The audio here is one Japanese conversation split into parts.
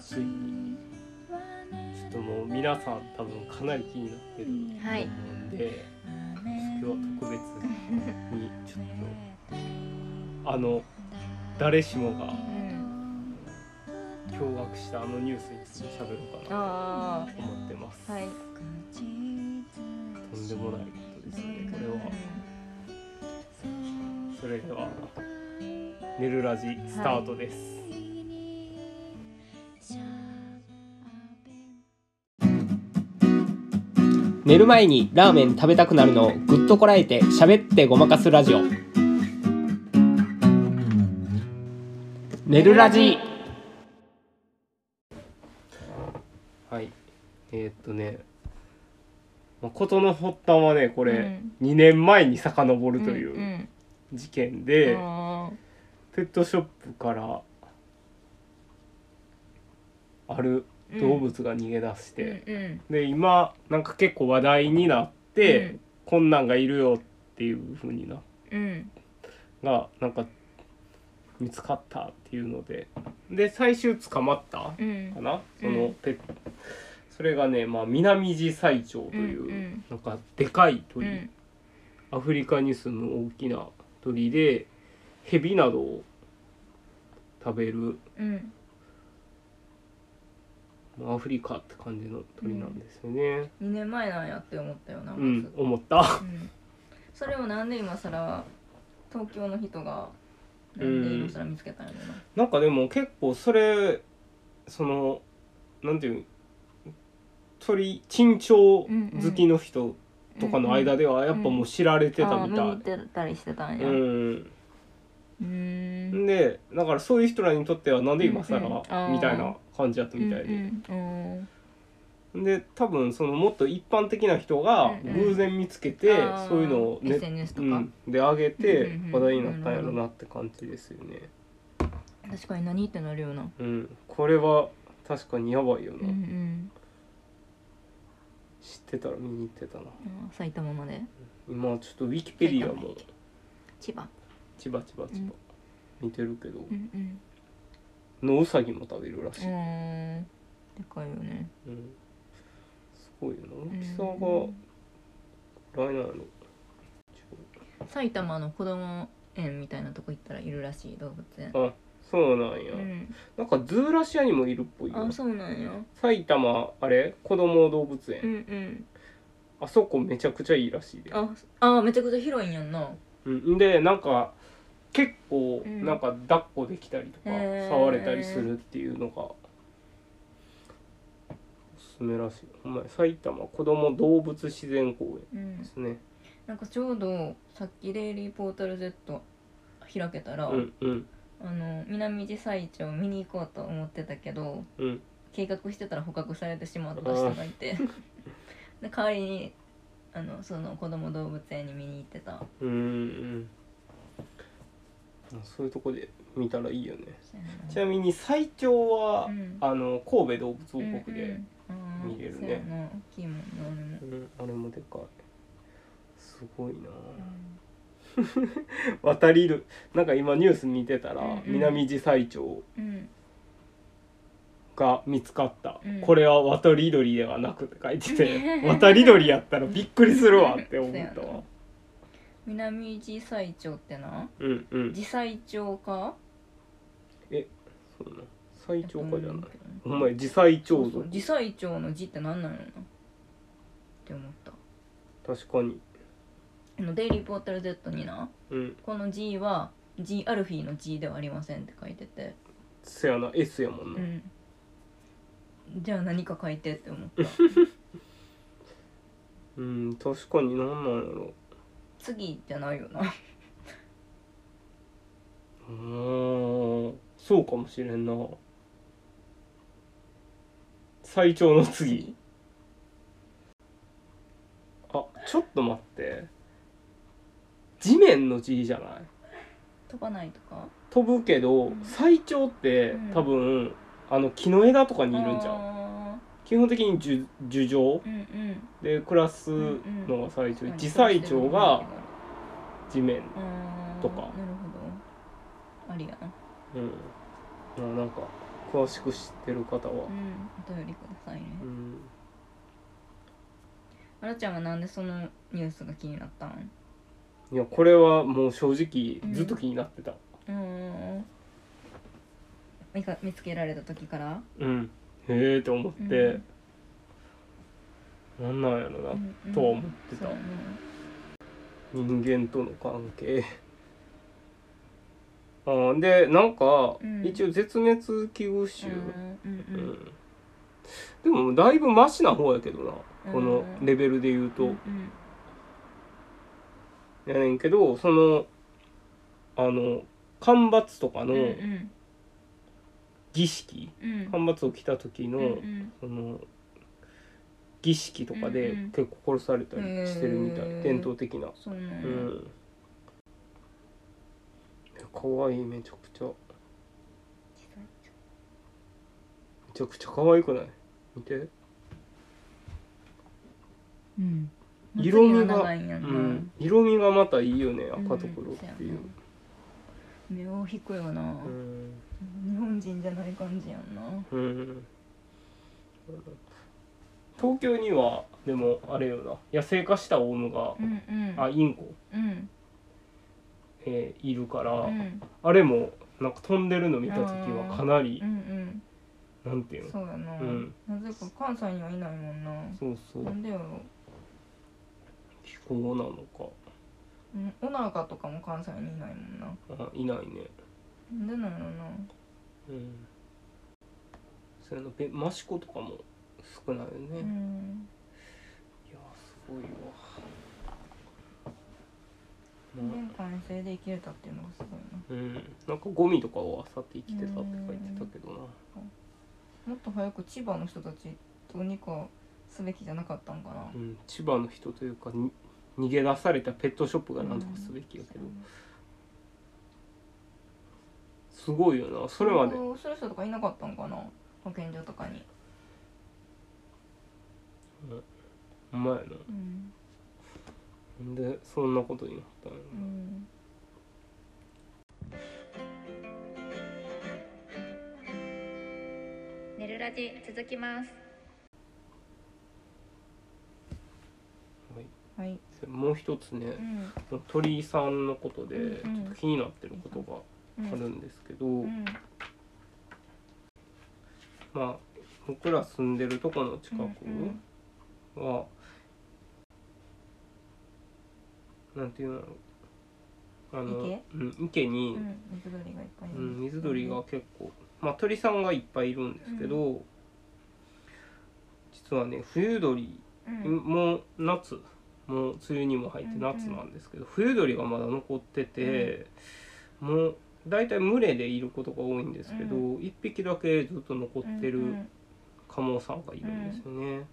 ついにちょっともう皆さん多分かなり気になってるんはいで今日は特別にちょっとあの誰しもがうん驚愕したあのニュースについて喋ろうかなあと思ってます、あはいとんでもないことですねこれはそれでは「寝るラジ」スタートです、寝る前にラーメン食べたくなるのをぐっとこらえて喋ってごまかすラジオ寝るラジはいえー、っとねまあ事の発端はねこれ、2年前に遡るという、うん事件うで、んペットショップからある動物が逃げ出して、うんうんで今なんか結構話題になって、うんこんなんがいるよっていう風になうんがなんか見つかったっていうのでで最終捕まったかうんな、そうんのペッそれがね、まあ、南地最長という、うんうんなんかでかいう鳥、んアフリカに住む大きな鳥でヘビなどを食べるうんまあアフリカって感じの鳥なんですよね。 2年前なんやって思ったよなうん、まず思った。うんそれをなんで今さら東京の人がなんで今さら見つけたんやろななんかでも結構それそのなんていう鳥珍鳥好きの人とかの間ではやっぱもう知られてたみたい。あー見に行ってたりしてたんうやん、うーんでだからそういう人らにとってはなんで今更うんうんあーみたいな感じだったみたいで、うんで多分そのもっと一般的な人がうんうん偶然見つけて、あーそういうのをネ SNS とうか、ん、で上げうんてうんうん話題になったんやろなって感じですよね。確かに何ってなるよなうん、これは確かにやばいよな、うんうん知ってたら見に行ってたなあー埼玉まで今ちょっとウィキペディアも千葉チバチバチバ見てるけどうんうんのウサギも食べるらうしい、うんーんでかいよねすごいよな大きさうがんぐらいなのちょ埼玉の子供園みたいなとこ行ったらいるらしい動物園あそうなんや、うんなんかズーラシアにもいるっぽいよあそうなんや埼玉あれ子供動物園、うんうんあそこめちゃくちゃいいらしいで、ああーめちゃくちゃ広いんやんなうん、でなんか結構うんなんか抱っこできたりとか、へー触れたりするっていうのがおすすめらしいお前埼玉子ども動物自然公園うんですねなんかちょうどさっきレイリーポータル Z 開けたら、うんうんあの南地最長見に行こうと思ってたけどうん計画してたら捕獲されてしまった人がいて で代わりにあのその子供動物園に見に行ってたうんうんあそういうとこで見たらいいよねちなみに最長は、うんあの神戸動物王国で、うんうん見れるねそうやな大きいもんなあれもうんあれもでかいすごいなあ渡りるなんか今ニュース見てたら、うんうん南地最長うんが見つかった、うん、これは渡り鳥ではなくって書いてて 渡り鳥やったらびっくりするわって思っそたうやわな南地最長ってなうんうん地最長かそうな最長かじゃないやと思うけどねお前地最そ長うそぞう地最長の字って何なのなって思った確かにあのデイリーポータル Z になうんこの G は G アルフィーの G ではありませんって書いててせやな S やもんうな、んじゃあ何か書いてって思った うん、確かになんなんやろ次じゃないよなうーんそうかもしれんな最長の次あちょっと待って地面の字じゃない飛ばないとか飛ぶけどうん最長ってうん多分あの木の枝とかにいるんじゃんゃ基本的に樹樹上うんうんで暮らすのが最長地最長が地面うんとかなるほどありやなうんまあなんか詳しく知ってる方はう、んお便りくださいねうん、あらちゃんはなんでそのニュースが気になったんいやこれはもう正直ずっと気になってたうん見か見つけられた時からうん、へえって思って、なんなんやろな、うんうんとは思ってたそうやな人間との関係あーでなんか、うん一応絶滅危惧種、うんううんんうんでもだいぶマシな方やけどな、うんこのレベルで言うと、うんうやんねんけどそのあの干ばつとかのうんうん儀式、うん干ばつを着た時の、うんその儀式とかでうんうん結構殺されたりしてるみたい、へー伝統的なそうなんうやん可愛いめちゃくちゃめちゃくちゃ可愛くない見てうん色味がまつげ長いんやうんな、色味がまたいいよね赤と黒っていう、うんそやな目を引くよな、うん日本人じゃない感じやんなうん東京にはでもあれよな野生化したオウムがう、んうんあインコ、うんえーいるかうら、んあれもなんか飛んでるの見た時はかなりう、んなんていううんのそうやな、うんなぜか関西にはいないもんなそうそうなんでよ、気候なのかうん、オナガとかも関西にいないもんなあいないねなんでなのなうんそれのべマシコとかも少ないよね、ういんやすごいわ、まあ玄関に生で生きれたっていうのがすごいなうん、なんかゴミとかを漁って生きてたって書いてたけどなもっと早く千葉の人たちどうにかすべきじゃなかったんかなうん、千葉の人というかに逃げ出されたペットショップがなんとかすべきやけど、すごいよなそれまでそうする人とかいなかったんかな保健所とかに、お前やなうんなんでそんなことになったの、うん、寝るラジ続きますはいはい、もう一つねうん鳥居さんのことでちうんうんょっと気になってることがうあんるんですけど、うんまあ僕ら住んでるとこの近くうんは、なんていうのあの池,、うん、池に、うん、水鳥がいっぱいいるうん、水鳥が結構、まあ、鳥さんがいっぱいいるんですけど、実はね冬鳥うんもう夏もう梅雨にも入って夏なんですけど、冬鳥がまだ残ってて、もう大体群れでいることが多いんですけど、う1匹だけずっと残ってうるんカモさんがいるんですよね。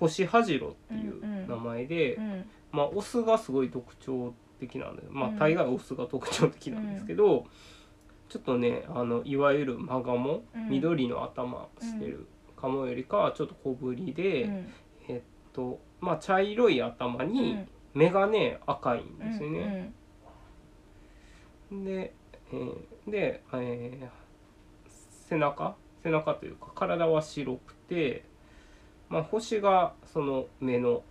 星ハジロっていう名前で、うんまあ、オスがすごい特徴的なんで、まあうん、大概オスが特徴的なんですけど、ちょっとねあのいわゆるマガモ、うん緑の頭してるカモよりかはちょっと小ぶりで、うんえっとまあ茶色い頭に目がね赤いんですよね。で,、えーでえー背中背中というか体は白くて、まあ、星がその目の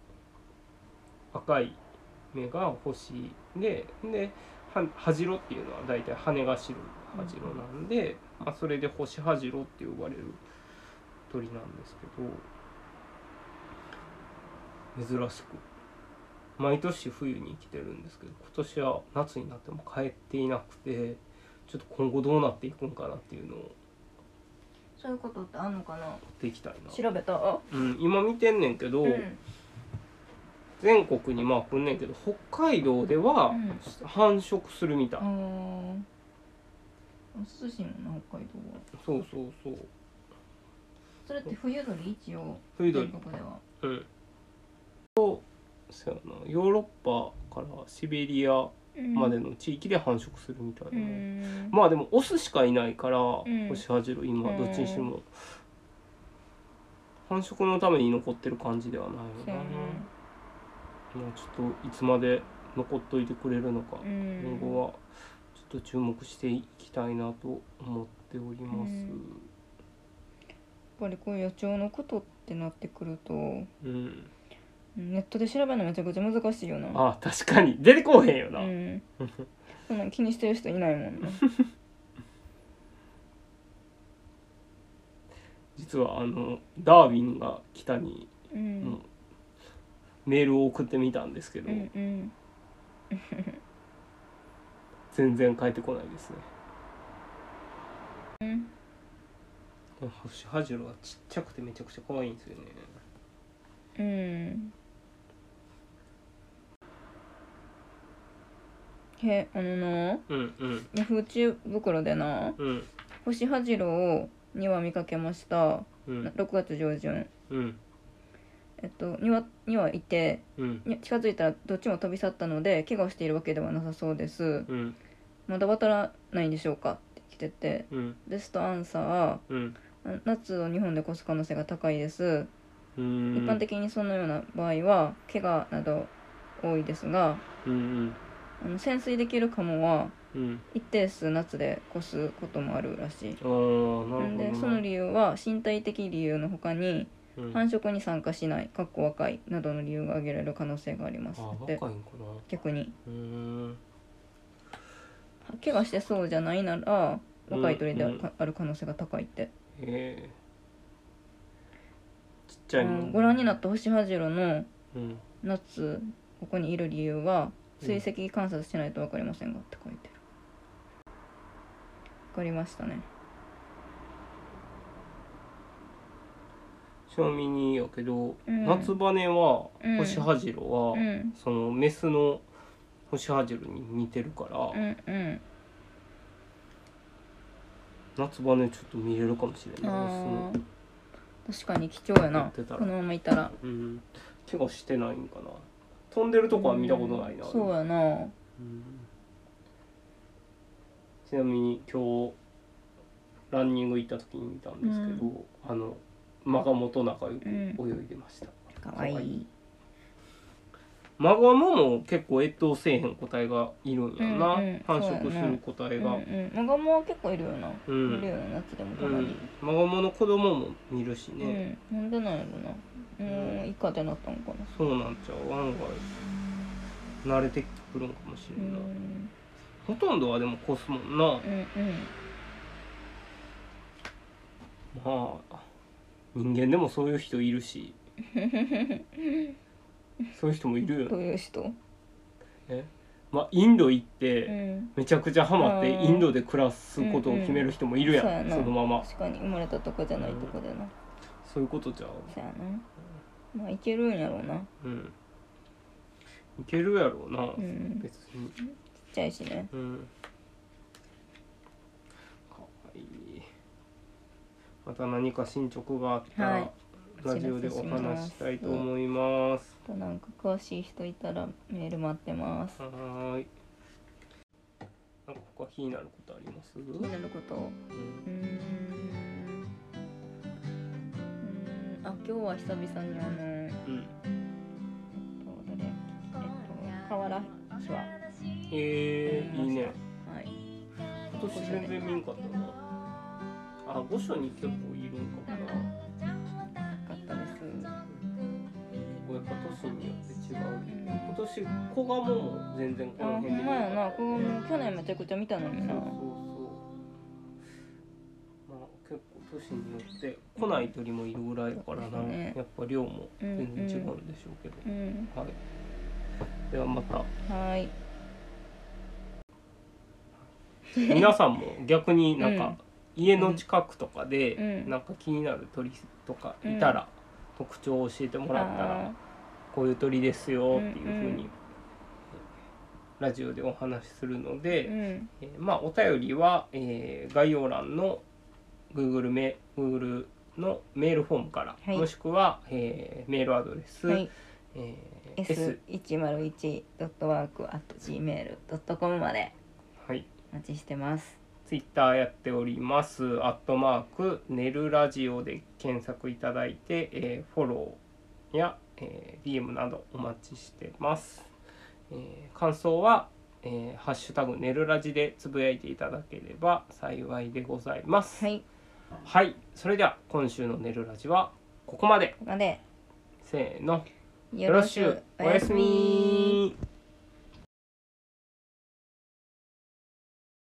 赤い目が星ででははじろっていうのは大体羽が白いはじろなんで、まあ、それで星はじろって呼ばれる鳥なんですけど珍しく毎年冬に来てるんですけど今年は夏になっても帰っていなくてちょっと今後どうなっていくんかなっていうのをそういうことってあんのかなできたいな、調べたうん、今見てんねんけど、うん全国にまあ来んねんけど北海道ではうん繁殖するみたい、あー涼しいもんな北海道はそうそうそうそれって冬鳥一応冬鳥全国ではうんとそやなヨーロッパからシベリアまでの地域で繁殖するみたいな、うんまあでもオスしかいないから、ん星ハジロ今うんどっちにしても、繁殖のために残ってる感じではないよそな、うやなもうちょっといつまで残っといてくれるのか、うん今後はちょっと注目していきたいなと思っております、うんぱりこういう野鳥のことってなってくるとうん、ネットで調べるのめちゃくちゃ難しいよなあ確かに出てこうへんよな、うん、 そんなん気にしてる人いないもんな実はあのダーウィンが来たに、うもうんメールを送ってみたんですけうど、んうん全然返ってこないですねうん星ハジロはちっちゃくてめちゃくちゃ可愛いんですよねうんへあのなうんうんヤフー知恵袋でなうん星ハジロを2羽見かけましたうん6月上旬うんえっと2羽 ,2 羽いてうんに近づいたらどっちも飛び去ったので怪我をしているわけではなさそうですうんまだ渡らないんでしょうかって来ててうんベストアンサーうんあ夏を日本で越す可能性が高いです、うん一般的にそのような場合は怪我など多いですがうんあの潜水できるカモはうんうん一定数夏で越すこともあるらしいあーなるほどんなでその理由は身体的理由の他にうん繁殖に参加しないかっこ若いなどの理由が挙げられる可能性がありますあだっ若いんてかな逆にうーん怪我してそうじゃないなら若い鳥である,、うんうんある可能性が高いって、ええちっちゃいの、うんご覧になった星ハジロのうん夏ここにいる理由はうん追跡観察しないと分かりませんがって書いてる分かりましたね賞味にやけど、うん夏羽は、うん星ハジロは、うんそのメスの星ハジロに似てるから、うんうん夏羽ちょっと見れるかもしれないメスあのー確かに貴重ややなってたらこのままいたらうん怪我してないんかな飛んでるとこは見たことないな、うんそうやなうんちなみに今日ランニング行った時に見たんですけど、うあの間が元仲良くうん泳いでました、かわいかわいいマガモも結構越冬せえへん個体がいるんやな、うんうん繁殖する個体うんうがんマガモは結構いるよな、うんいるよな夏でもたうまんに、マガモの子供も見るしうね、ん、なんでなんやろなうんうんイカでなったのかなそうなんちゃう案外慣れてくるんかもしうれんな、んほとんどはでも越すもんな、うんうんまあ人間でもそういう人いるしそういう人もいるよどねういう人まあインド行っうてんめちゃくちゃハマってあーインドで暮らすことを決める人もいるやん、うんうんそそうやなのまま確かに生まれたとこじゃないとこでなそういうことじゃうそやなまあいけるんやろうなうんいけるやろうな、うんちっ別にちゃいしねうんかわいいまた何か進捗があったら、はいラジオでお話ししたいと思いますあとなんか詳しい人いたらメール待ってますはーい。なんか他気になることあります？気になることうーんうーんあ今日は久々にあのえっうん。と誰やっけえっと河原秘話えー、いいね。はい今年全然見んかったな。あ、御所に結構いるんかもな。よかったですやっぱ都市によって違う。今年小鴨も全然あこのほ辺でん見まなやかなったここも去年めちゃくちゃ見たのになそうそうそう。まあ結構都市によって来ない鳥もいるぐらいだからな。そうですねやっぱ量も全然違うんでしょうけど。うんはい。ではまた。はい皆さんも逆になん うかん家の近くとかでうんなんか気になる鳥とかいたら特徴を教えてもらったあらこういう鳥ですよっていうふううんうにんラジオでお話しするのーでうんえーまあお便りはえー概要欄の Google メ Google のメールフォームかはらいもしくはえーメールアドレスはいえー S S 一マル一ドットワークアット gmail ドットコムまではいお待ちしてます。ツイッターやっております。アットマーク、ねるラジオで検索いただいて、えーフォローや、えー DM などお待ちしてます。えー感想は、えーハッシュタグねるラジでつぶやいていただければ幸いでございます。はい、はいそれでは今週の「寝るラジ」はここまでここまでせーのよよろしゅうおやすみ